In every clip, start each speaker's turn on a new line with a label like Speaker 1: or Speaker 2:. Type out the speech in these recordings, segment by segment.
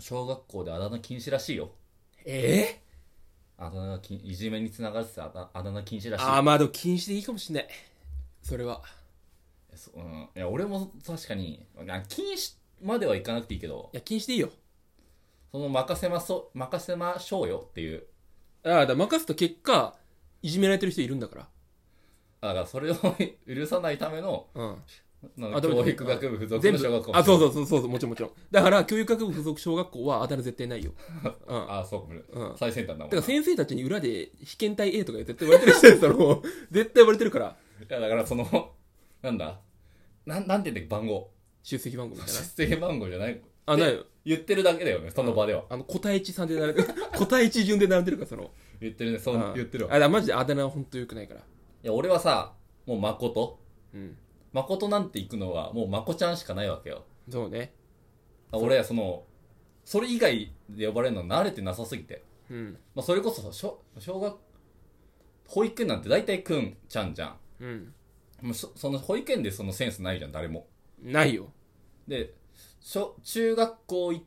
Speaker 1: 小学校であだ名禁止らしいよ
Speaker 2: え
Speaker 1: あだ名がきいじめにつながるってあだあだ名禁止らしい
Speaker 2: あーまあでも禁止でいいかもしんないそれは
Speaker 1: そうん、いや俺も確かにな禁止まではいかなくていいけど
Speaker 2: いや禁止でいいよ
Speaker 1: その任せまそう任せましょうよっていう
Speaker 2: ああだから任すと結果いじめられてる人いるんだから
Speaker 1: あだからそれを許さないための
Speaker 2: うん
Speaker 1: なんか
Speaker 2: あでも
Speaker 1: 教育学部附属
Speaker 2: 全
Speaker 1: の
Speaker 2: 部
Speaker 1: 小学校
Speaker 2: あそう
Speaker 1: う
Speaker 2: そうそうそうそうもちろんもちろんだから教育学部附属小学校はあだ名絶対ないようん
Speaker 1: あそう、
Speaker 2: うん
Speaker 1: 最先端だもん
Speaker 2: だから先生たちに裏で被験体 A とか絶対言われてる人ですだろ 絶対言われてるから
Speaker 1: いやだからそのなんだなんなんて言うんだっけ番号
Speaker 2: 出席番号みたいな
Speaker 1: 出生番号じゃない
Speaker 2: あないよ
Speaker 1: 言ってるだけだよねその場では、
Speaker 2: あの個体値さんで並んでる 個体値順で並んでるからその
Speaker 1: 言ってるねそ
Speaker 2: うん
Speaker 1: う言ってる
Speaker 2: あ
Speaker 1: わ
Speaker 2: だからマジであだ名は本当よくないから
Speaker 1: いや俺はさもう誠
Speaker 2: うん
Speaker 1: 誠なんて行くのはもうまこちゃんしかないわけよ
Speaker 2: そうね
Speaker 1: あ俺そのそれ以外で呼ばれるの慣れてなさすぎて、
Speaker 2: うん
Speaker 1: まあ、それこそ小小学保育園なんて大体くんちゃんじゃん
Speaker 2: うん
Speaker 1: もうそその保育園でそのセンスないじゃん誰も
Speaker 2: ないよ
Speaker 1: で小中学校い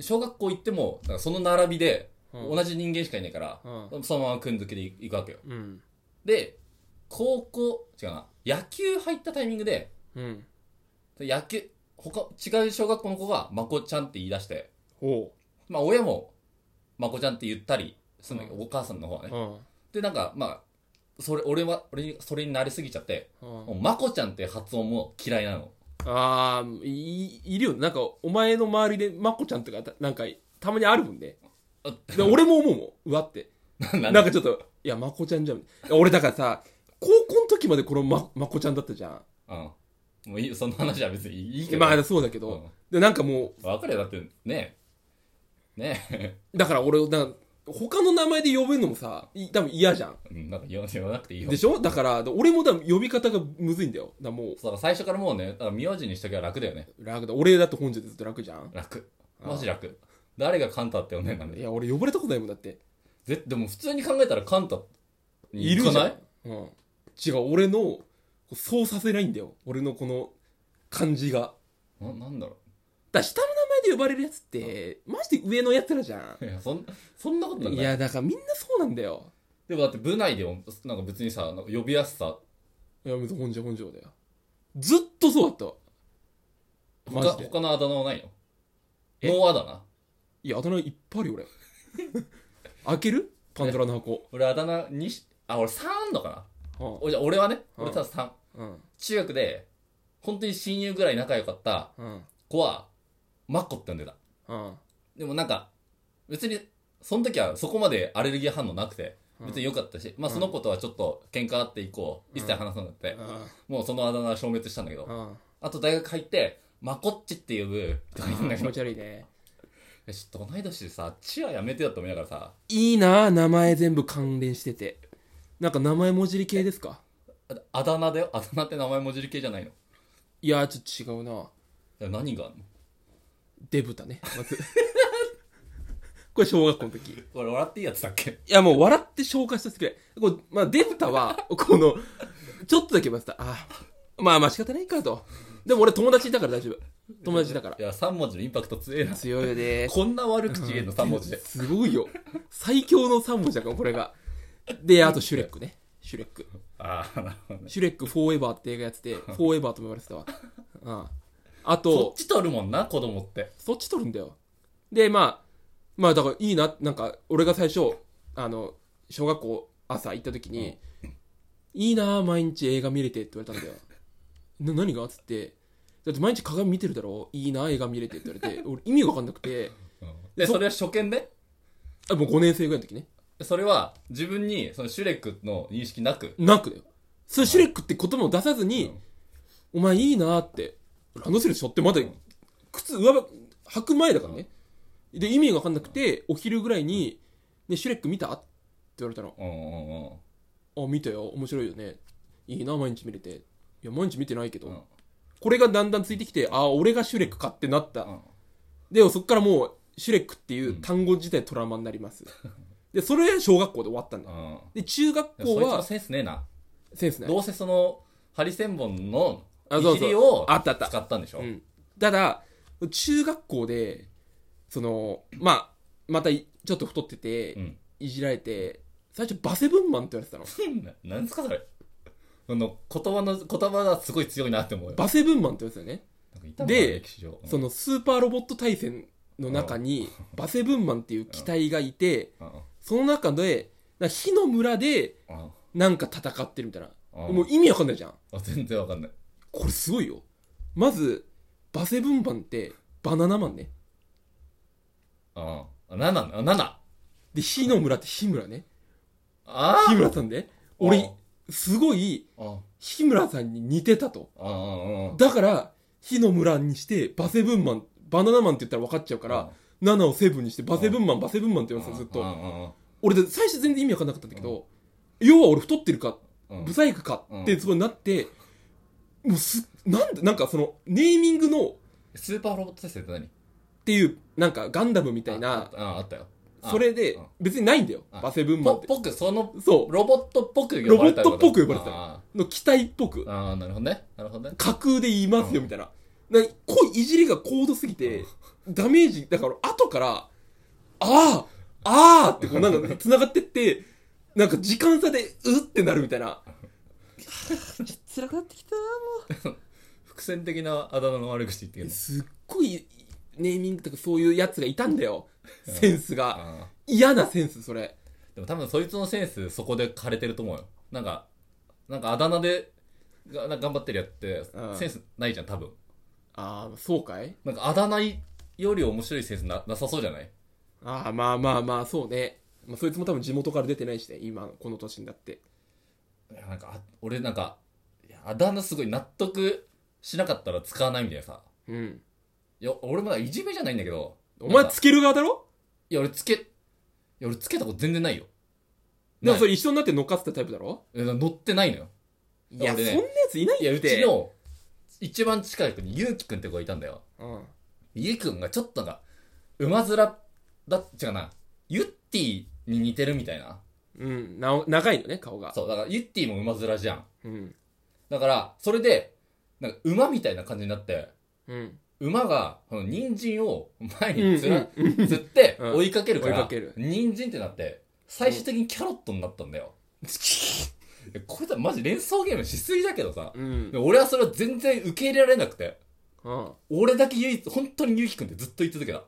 Speaker 1: 小学校行ってもだからその並びで
Speaker 2: うん
Speaker 1: 同じ人間しかいないから、
Speaker 2: う
Speaker 1: そのままくんづけで行くわけよ
Speaker 2: うん
Speaker 1: で高校違うな野球入ったタイミングで
Speaker 2: うん
Speaker 1: 野球他違う小学校の子がまこちゃんって言い出して
Speaker 2: ほ
Speaker 1: まあ親も、まこちゃんって言ったりするんだけど、お母さんの方は
Speaker 2: う
Speaker 1: ね。
Speaker 2: うん
Speaker 1: で、なんか、まあ、それ、俺は、俺に、それになりすぎちゃって、
Speaker 2: うん
Speaker 1: もうまこちゃんって発音も嫌いなの。
Speaker 2: ああいいるよねなんかお前の周りでまこちゃんとかたなんかたまにあるもんね
Speaker 1: あ
Speaker 2: で俺も思うもんうわって
Speaker 1: な
Speaker 2: なん
Speaker 1: んだ
Speaker 2: かちょっといやまこちゃんじゃんいや俺だからさ高校の時までこのままこちゃんだったじゃん
Speaker 1: うん。もういい、その話は別にいいけど。
Speaker 2: まあそうだけど、
Speaker 1: うん
Speaker 2: でなんかも
Speaker 1: わかるよ、だって、ねねえ。
Speaker 2: うだから俺なんか他の名前で呼ぶのもさい多分嫌じゃん
Speaker 1: うんなんか言わ言わなくていいよ。
Speaker 2: でしょだからで俺も多分呼び方がむずいんだよだからも
Speaker 1: そう
Speaker 2: う
Speaker 1: だから最初からもうね、だから名字にしときゃ楽だよね。
Speaker 2: 楽だ俺だって本日ずっと楽じゃん
Speaker 1: 楽。
Speaker 2: あ
Speaker 1: マジ楽。誰がカンタっておねえなん
Speaker 2: い
Speaker 1: で。
Speaker 2: や俺呼ばれたことないもんだって
Speaker 1: ぜでも普通に考えたらカンタに
Speaker 2: い
Speaker 1: 行
Speaker 2: る
Speaker 1: か
Speaker 2: じゃ、
Speaker 1: なん
Speaker 2: うん、違う俺のこうそうさせないんだよ俺のこの感じが
Speaker 1: ななんだろ
Speaker 2: だから下の名前で呼ばれるやつってマジで上のやつらじゃ
Speaker 1: う。いや、そん、そんなことなんか
Speaker 2: んい
Speaker 1: ない
Speaker 2: やだからみんなそうなんだよ
Speaker 1: でもだって部内でもなんか別にさなんか呼びやすさ
Speaker 2: いや別に本庄本庄だよずっとそうだったわマ
Speaker 1: 他
Speaker 2: ジで
Speaker 1: 他のあだ名はないの
Speaker 2: え
Speaker 1: ノーあだ名
Speaker 2: いやあだ名いっぱいあ るよ俺開けるパンドラの箱
Speaker 1: 俺あだ名にしあ俺3あんのかな
Speaker 2: う
Speaker 1: おじゃあ俺はね
Speaker 2: うん
Speaker 1: 俺ただ3
Speaker 2: んうん
Speaker 1: 中学で本当に親友ぐらい仲良かった
Speaker 2: うん
Speaker 1: 子はマッコって呼んでた
Speaker 2: うん
Speaker 1: でもなんか別にその時はそこまでアレルギー反応なくて
Speaker 2: うん
Speaker 1: 別に良かったし、まあその子とはちょっと喧嘩あって以降一切話さなくて、もうそのあだ名は消滅したんだけど、
Speaker 2: うん
Speaker 1: あと大学入ってマコッチって呼ぶとか言うんだけ
Speaker 2: 気
Speaker 1: ど
Speaker 2: 持ち悪いね
Speaker 1: えちょっと同い年でさ、チアやめてだと思いながらさ、
Speaker 2: いいな名前全部関連しててなんか名前文字り系ですか
Speaker 1: ああだ名だよ。あだ名って名前文字り系じゃないの。
Speaker 2: いやちょっと違うな
Speaker 1: え何があんの
Speaker 2: デブタねまず これ小学校の時い
Speaker 1: これ笑っていいやつだっけ
Speaker 2: やもう笑って紹介させてくれこう、まあ、デブタ はこのちょっとだけ言いましたあまあまあ仕方ないかとでも俺友達だから大丈夫友達だから
Speaker 1: いや、3文字のインパクト強えな。
Speaker 2: 強いよね
Speaker 1: こんな悪口言えんの、3文字で。
Speaker 2: すごいよ最強の3文字だからこれがであとシュレックねシュレック
Speaker 1: ああ、なるほどね。
Speaker 2: シュレックフォーエバーって映画やってて、フォーエバーとも言われてたわ。うん。あ
Speaker 1: そっ
Speaker 2: と、
Speaker 1: ち取るもんな、子供って。
Speaker 2: そっち撮るんだよ。で、まあ、まあだからいいな、なんか、俺が最初、あの、小学校朝行った時に、いいな、毎日映画見れてって言われたんだよ。 な、何がっつって、だって毎日鏡見てるだろいいな、映画見れてって言われ て、俺意味がわかんなくて、
Speaker 1: で、
Speaker 2: そ
Speaker 1: それは初見で
Speaker 2: あもう5年生ぐらいの時ね。
Speaker 1: それは、自分に、そのシュレックの認識なく。
Speaker 2: なくだよ。それシュレックって言葉を出さずに、
Speaker 1: うん
Speaker 2: お前いいなって、ランドセル背負ってまだ、靴、上ば、履く前だからね。で、意味がわかんなくて、お昼ぐらいに、ね、シュレック見たって言われたの。
Speaker 1: うんうんうん。
Speaker 2: あ、見たよ。面白いよね。いいな、毎日見れて。いや、毎日見てないけど。
Speaker 1: うん
Speaker 2: これがだんだんついてきて、あ、俺がシュレックかってなった。
Speaker 1: うん
Speaker 2: で、そっからもう、シュレックっていう単語自体トラウマになり ます。で、それ小学校で終わったんだ。
Speaker 1: うん。
Speaker 2: で、中学
Speaker 1: でもそ
Speaker 2: 校
Speaker 1: いつも
Speaker 2: は、
Speaker 1: センスねえな。
Speaker 2: センスない。
Speaker 1: どうせその、ハリセンボンの、
Speaker 2: あそうそう
Speaker 1: いじりを
Speaker 2: あったあった
Speaker 1: 使ったんでしょ
Speaker 2: うん、ただ中学校でその、まあ、またいちょっと太ってて、
Speaker 1: うん
Speaker 2: いじられて、最初バセブンマンって言われてたの。
Speaker 1: ななん ですかそれその言葉の言葉がすごい強いなって思うよ
Speaker 2: バセブンマンって言われて
Speaker 1: な
Speaker 2: たよね。
Speaker 1: んかいたもん
Speaker 2: で
Speaker 1: ね歴史上
Speaker 2: そのスーパーロボット対戦の中に、バセブンマンっていう機体がいて、
Speaker 1: うんうん
Speaker 2: その中で、な火の村で
Speaker 1: うん
Speaker 2: なんか戦ってるみたいな。
Speaker 1: うん
Speaker 2: もう意味わかんないじゃん。
Speaker 1: あ全然わかんない
Speaker 2: これすごいよ。まず、バセブンマンってバナナマンね。
Speaker 1: ああ7なの7
Speaker 2: で、火の村って日村ね。
Speaker 1: あ
Speaker 2: 日村さんね。俺、すごい、
Speaker 1: ああ
Speaker 2: 日村さんに似てたと。
Speaker 1: あああ
Speaker 2: だから、火の村にして、バセブンマン、バナナマンって言ったら分かっちゃうから、7をセブンにして、バセブンマン、バセブンマンって言われてたずっと。
Speaker 1: と
Speaker 2: 俺、最初全然意味わかんなかったんだけど、要は俺太ってるか、ブサイクかってすごいなって、もうす、なんだ、なんかその、ネーミングの、っ
Speaker 1: スーパーロボット対戦って何み
Speaker 2: ていう、なんかガンダムみたいな、
Speaker 1: ああったよあ
Speaker 2: それで
Speaker 1: うん、
Speaker 2: 別にないんだよ。
Speaker 1: あ
Speaker 2: バセブンマン
Speaker 1: ぽ
Speaker 2: っ
Speaker 1: ぽくその
Speaker 2: て。そう。
Speaker 1: ロボットっぽく呼ばれた
Speaker 2: ロボットっぽく呼ばれてた
Speaker 1: あ
Speaker 2: の機体っぽく
Speaker 1: あ。ああなるほどねなるほどね
Speaker 2: 架空で言いますよみたいな。なこういじりが高度すぎて、ダメージ、だから後から、ああああってこうなんか繋がってって、なんか時間差でうってなるみたいな。ちょっと辛くなってきたも
Speaker 1: 伏線的なあだ名の悪口言って
Speaker 2: う。
Speaker 1: る
Speaker 2: すっごいネーミングとかそういうやつがいたんだよ。センスが。
Speaker 1: ああ
Speaker 2: 嫌なセンス、それ。
Speaker 1: でも多分そいつのセンスそこで枯れてると思うよ。なんか、なんかあだ名でがなんか頑張ってるやって
Speaker 2: うん
Speaker 1: センスないじゃん多分。
Speaker 2: ああ、そうかい
Speaker 1: なんかあだ名より面白いセンスななさそうじゃない
Speaker 2: ああ、まあまあまあ、そうね。まあ、そいつも多分地元から出てないしね、今、この年になって。
Speaker 1: いやなんかあ俺なんかいやあだ名すごい納得しなかったら使わないみたいなさ。
Speaker 2: うん。
Speaker 1: いや俺もなんかいじめじゃないんだけど。
Speaker 2: お前
Speaker 1: なんか
Speaker 2: つける側だろ
Speaker 1: いや俺つけ、いや俺つけたこと全然ないよ。
Speaker 2: でもそ
Speaker 1: ない
Speaker 2: れ一緒になって乗っかってたタイプだろ
Speaker 1: いや乗ってないのよ。
Speaker 2: いや、
Speaker 1: 俺ね
Speaker 2: そんなやついないって。
Speaker 1: いやうちの一番近い子にゆうきくんって子がいたんだよ。
Speaker 2: うん。
Speaker 1: ゆきくんがちょっとなんか、馬面だ、違うな、ユッティに似てるみたいな。
Speaker 2: うん。なお、長いのね、顔が。
Speaker 1: そう、だからユッティも馬面じゃん。
Speaker 2: うん。
Speaker 1: だから、それで、なんか馬みたいな感じになって、
Speaker 2: うん。
Speaker 1: 馬が、この人参を前につら、
Speaker 2: うんうん
Speaker 1: 釣って
Speaker 2: うん
Speaker 1: 追いかけるか
Speaker 2: 追い
Speaker 1: ら
Speaker 2: かける、
Speaker 1: 人参ってなって、最終的にキャロットになったんだよ。えこれだ、マジ連想ゲームしすぎだけどさ。
Speaker 2: うん
Speaker 1: で。俺はそれを全然受け入れられなくて、
Speaker 2: うん。
Speaker 1: 俺だけ唯一、本当にゆきくんってずっと言い続けた。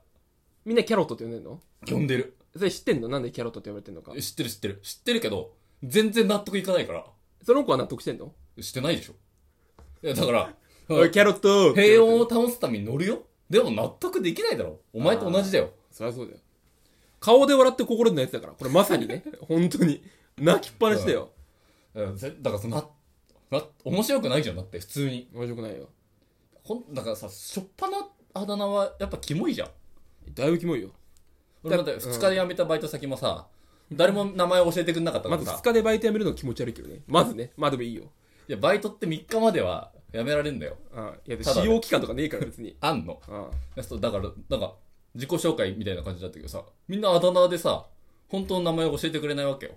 Speaker 2: みんなキャロットって呼んでんの
Speaker 1: 呼んでる。
Speaker 2: それ知ってんのなんでキャロットって呼ばれてんのか。
Speaker 1: 知ってる知ってる。知ってるけど、全然納得いかないから、
Speaker 2: その子は納得してんの
Speaker 1: してないでしょ。いや、だから、
Speaker 2: おい、キャロット
Speaker 1: 平穏を保つために乗るよ。でも納得できないだろ。お前と同じだよ。
Speaker 2: そりゃそうだよ。顔で笑って心で泣いてたから。これまさに ね。本当に。泣きっぱなしだよ。
Speaker 1: うんぜだからその、な、な、面白くないじゃん、だって、普通に。
Speaker 2: 面白くないよ。
Speaker 1: ほん、だからさ、しょっぱなあだ名はやっぱキモいじゃん。
Speaker 2: だいぶキモいよ。
Speaker 1: 俺だって
Speaker 2: うん
Speaker 1: 2日で辞めたバイト先もさ、誰も名前教えてくれなかったか
Speaker 2: ま
Speaker 1: ら
Speaker 2: ず
Speaker 1: さ
Speaker 2: 2。日でバイト辞めるの気持ち悪いけどね。まずね。まあでもいいよ。
Speaker 1: いや、バイトって3日までは辞められんだよ。
Speaker 2: あいや、
Speaker 1: ただ
Speaker 2: 使
Speaker 1: ね
Speaker 2: 用期間とかねえから 別に。
Speaker 1: あんの。
Speaker 2: あ
Speaker 1: いやそうだからなんか自己紹介みたいな感じだったけどさみんなあだ名でさ本当の名前を教えてくれないわけよ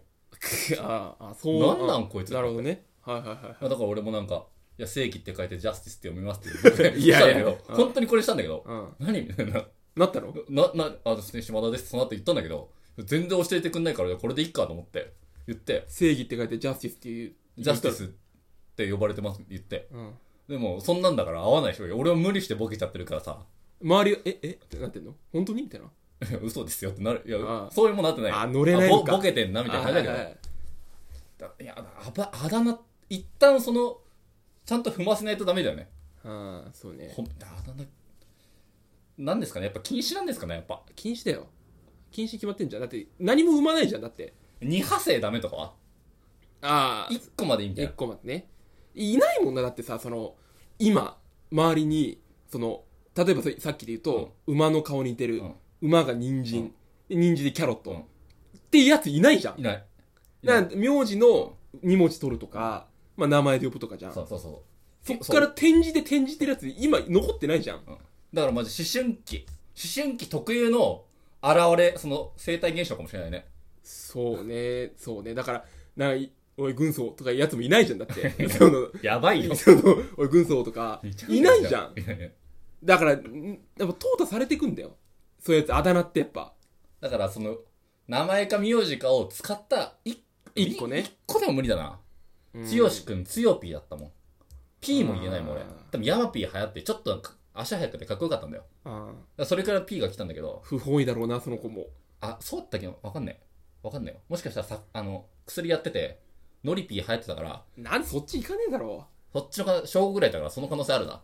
Speaker 2: あ、あそう。
Speaker 1: なんなんこいつ
Speaker 2: なるほどね。はいはいはいはい。
Speaker 1: だから俺もなんか「いや正義」って書いて「ジャスティス」って読みますって言って
Speaker 2: いや
Speaker 1: し
Speaker 2: いや
Speaker 1: たんだけ
Speaker 2: う
Speaker 1: ど
Speaker 2: ん
Speaker 1: 本当にこれしたんだけど
Speaker 2: うん。
Speaker 1: 何 みたいな
Speaker 2: なったの
Speaker 1: 「ななあですね島田です」その後言ったんだけど全然教えてくんないからこれでいいかと思って言って
Speaker 2: 正義って書いてジャスティスっていう。
Speaker 1: 「ジャスティス」って呼ばれてますって言って
Speaker 2: うん。
Speaker 1: でもそんなんだから合わないでしょ俺は無理してボケちゃってるからさ
Speaker 2: 周りが、え、えってなってんの本当にみたいな。
Speaker 1: 嘘ですよってなるい
Speaker 2: あ
Speaker 1: や
Speaker 2: あ
Speaker 1: そういうもんなってない
Speaker 2: あ乗れないの
Speaker 1: あ
Speaker 2: か
Speaker 1: ボボケてんなみたいな感じだけど
Speaker 2: はいはい
Speaker 1: だいやあばあだ名一旦そのちゃんと踏ませないとダメだよね
Speaker 2: はいあーそうね。
Speaker 1: ほんあだ名なんですかねやっぱ禁止なんですかねやっぱ
Speaker 2: 禁止だよ。禁止決まってんじゃん。だって、何も生まないじゃん。だって。
Speaker 1: 二派生ダメとかは
Speaker 2: ああ。
Speaker 1: 一個までいいみたい
Speaker 2: 一
Speaker 1: な
Speaker 2: 個待ってね。いないもんな。だってさ、その、今、周りに、その、例えばそさっきで言うと、馬の顔に似てる。
Speaker 1: うん
Speaker 2: 馬が人参、で人参でキャロット。
Speaker 1: うん
Speaker 2: っていうやついないじゃん
Speaker 1: い。ないいな
Speaker 2: ないんか名字の2文字取るとか、まあ、名前で呼ぶとかじゃん
Speaker 1: そ
Speaker 2: そう
Speaker 1: そうそう
Speaker 2: っから転じて転じてるやつ今残ってないじゃん
Speaker 1: そう、うんだからマジ思春期思春期特有の現れその生態現象かもしれないね
Speaker 2: そうねそうねだからなんかいおい軍曹とかいうやつもいないじゃんだって その
Speaker 1: やばいよ
Speaker 2: そのおい軍曹とかいないじゃん
Speaker 1: いやいや
Speaker 2: だからんやっぱ淘汰されてくんだよそういうやつ、あだ名ってやっぱ、
Speaker 1: だからその、名前か名字かを使った一
Speaker 2: 一個ね
Speaker 1: 一個でも無理だな。
Speaker 2: うん
Speaker 1: つよしくん、つよぴーだったもん。P も言えないもん俺
Speaker 2: あー。
Speaker 1: 多分ヤマピー流行って、ちょっとなんか足早くてかっこよかったんだよ。だか
Speaker 2: ああ
Speaker 1: らそれから P が来たんだけど、
Speaker 2: 不本意だろうな、その子も。
Speaker 1: あ、そうだったっけわかんない。わかんないよ。もしかしたらさ、あの、薬やってて、ノリピー流行ってたから、
Speaker 2: なんでそっち行かねえだろ
Speaker 1: そっちのか、小5ぐらいだからその可能性あるな。
Speaker 2: う。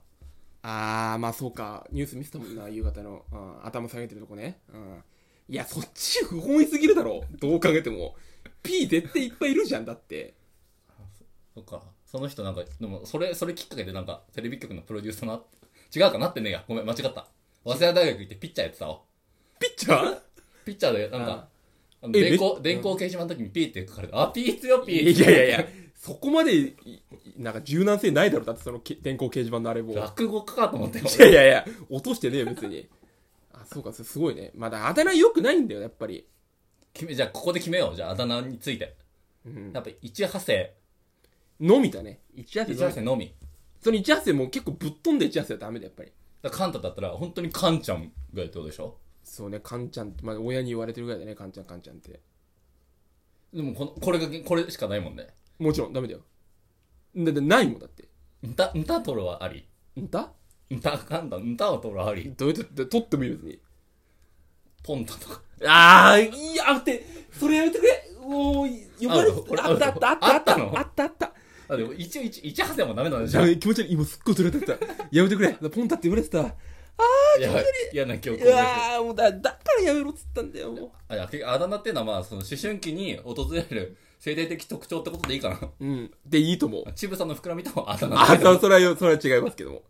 Speaker 2: ああ、まあそうか。ニュース見せたもんな、夕方の。うん、頭下げてるとこね。うん。いや、そっち不本意すぎるだろう。どう考えても。P 絶対いっぱいいるじゃん、だって。
Speaker 1: そっか。その人なんか、でも、それ、それきっかけでなんか、テレビ局のプロデューサーな、違うかなってねえや。ごめん、間違った。早稲田大学行ってピッチャーやってたわ。
Speaker 2: ピッチャー
Speaker 1: ピッチャーで、なんか、あの
Speaker 2: え
Speaker 1: 電光
Speaker 2: め、
Speaker 1: 電光掲示板の時にピーって書かれて、あ、ピーっすよ、ピー。
Speaker 2: いやいやいや、そこまでい、いなんか柔軟性ないだろ、だってそのけ電光掲示板のあれも。い
Speaker 1: 落語家かと思って。
Speaker 2: やいやいや、落としてねえよ、別に。あ、そうか、それすごいね。まだあだ名良くないんだよ、やっぱり。
Speaker 1: 決め、じゃあここで決めよう。じゃああだ名について。
Speaker 2: うん。
Speaker 1: やっぱ一派生、
Speaker 2: のみだね。一夜
Speaker 1: 一
Speaker 2: 生
Speaker 1: 派生のみ。
Speaker 2: その一夜生も結構ぶっ飛んで一夜生はダメだよ、やっぱり。
Speaker 1: だからカンタだったら、本当にカンちゃんがってことでしょ
Speaker 2: そうね、カンちゃんって、まあ親に言われてるぐらいだね、カンちゃん、カンちゃんって。
Speaker 1: でもこの、これが、これしかないもんね。
Speaker 2: もちろん、ダメだよ。だってないもんだって。
Speaker 1: んた、んたとろはあり。
Speaker 2: んだ
Speaker 1: んた、カンタ、んたはとろはあり。
Speaker 2: どうやって、取ってもいいよ別に。
Speaker 1: ポンタとか。
Speaker 2: ああ、いや、待って、それやめてくれ。おー、呼ばれ
Speaker 1: あこれ
Speaker 2: あったあったあった
Speaker 1: あったの
Speaker 2: あったあった。
Speaker 1: あ、でも一応、一、一派生もダメなんでし
Speaker 2: じ
Speaker 1: ょ
Speaker 2: ゃ気持ち悪い。今すっごい取れてた。やめてくれ。ポンタって言われてた。あ
Speaker 1: いや、嫌な記憶を
Speaker 2: ー、うわー、もうだ、だからやめろっつったんだよ、も
Speaker 1: あ、いや、結局あだ名っていうのは、まあ、その思春期に訪れる生態的特徴ってことでいいかな。
Speaker 2: う。うん。で、いいと思う。
Speaker 1: ちぶさの膨らみともあだ名。
Speaker 2: あ、そ、それはよ、それは違いますけども。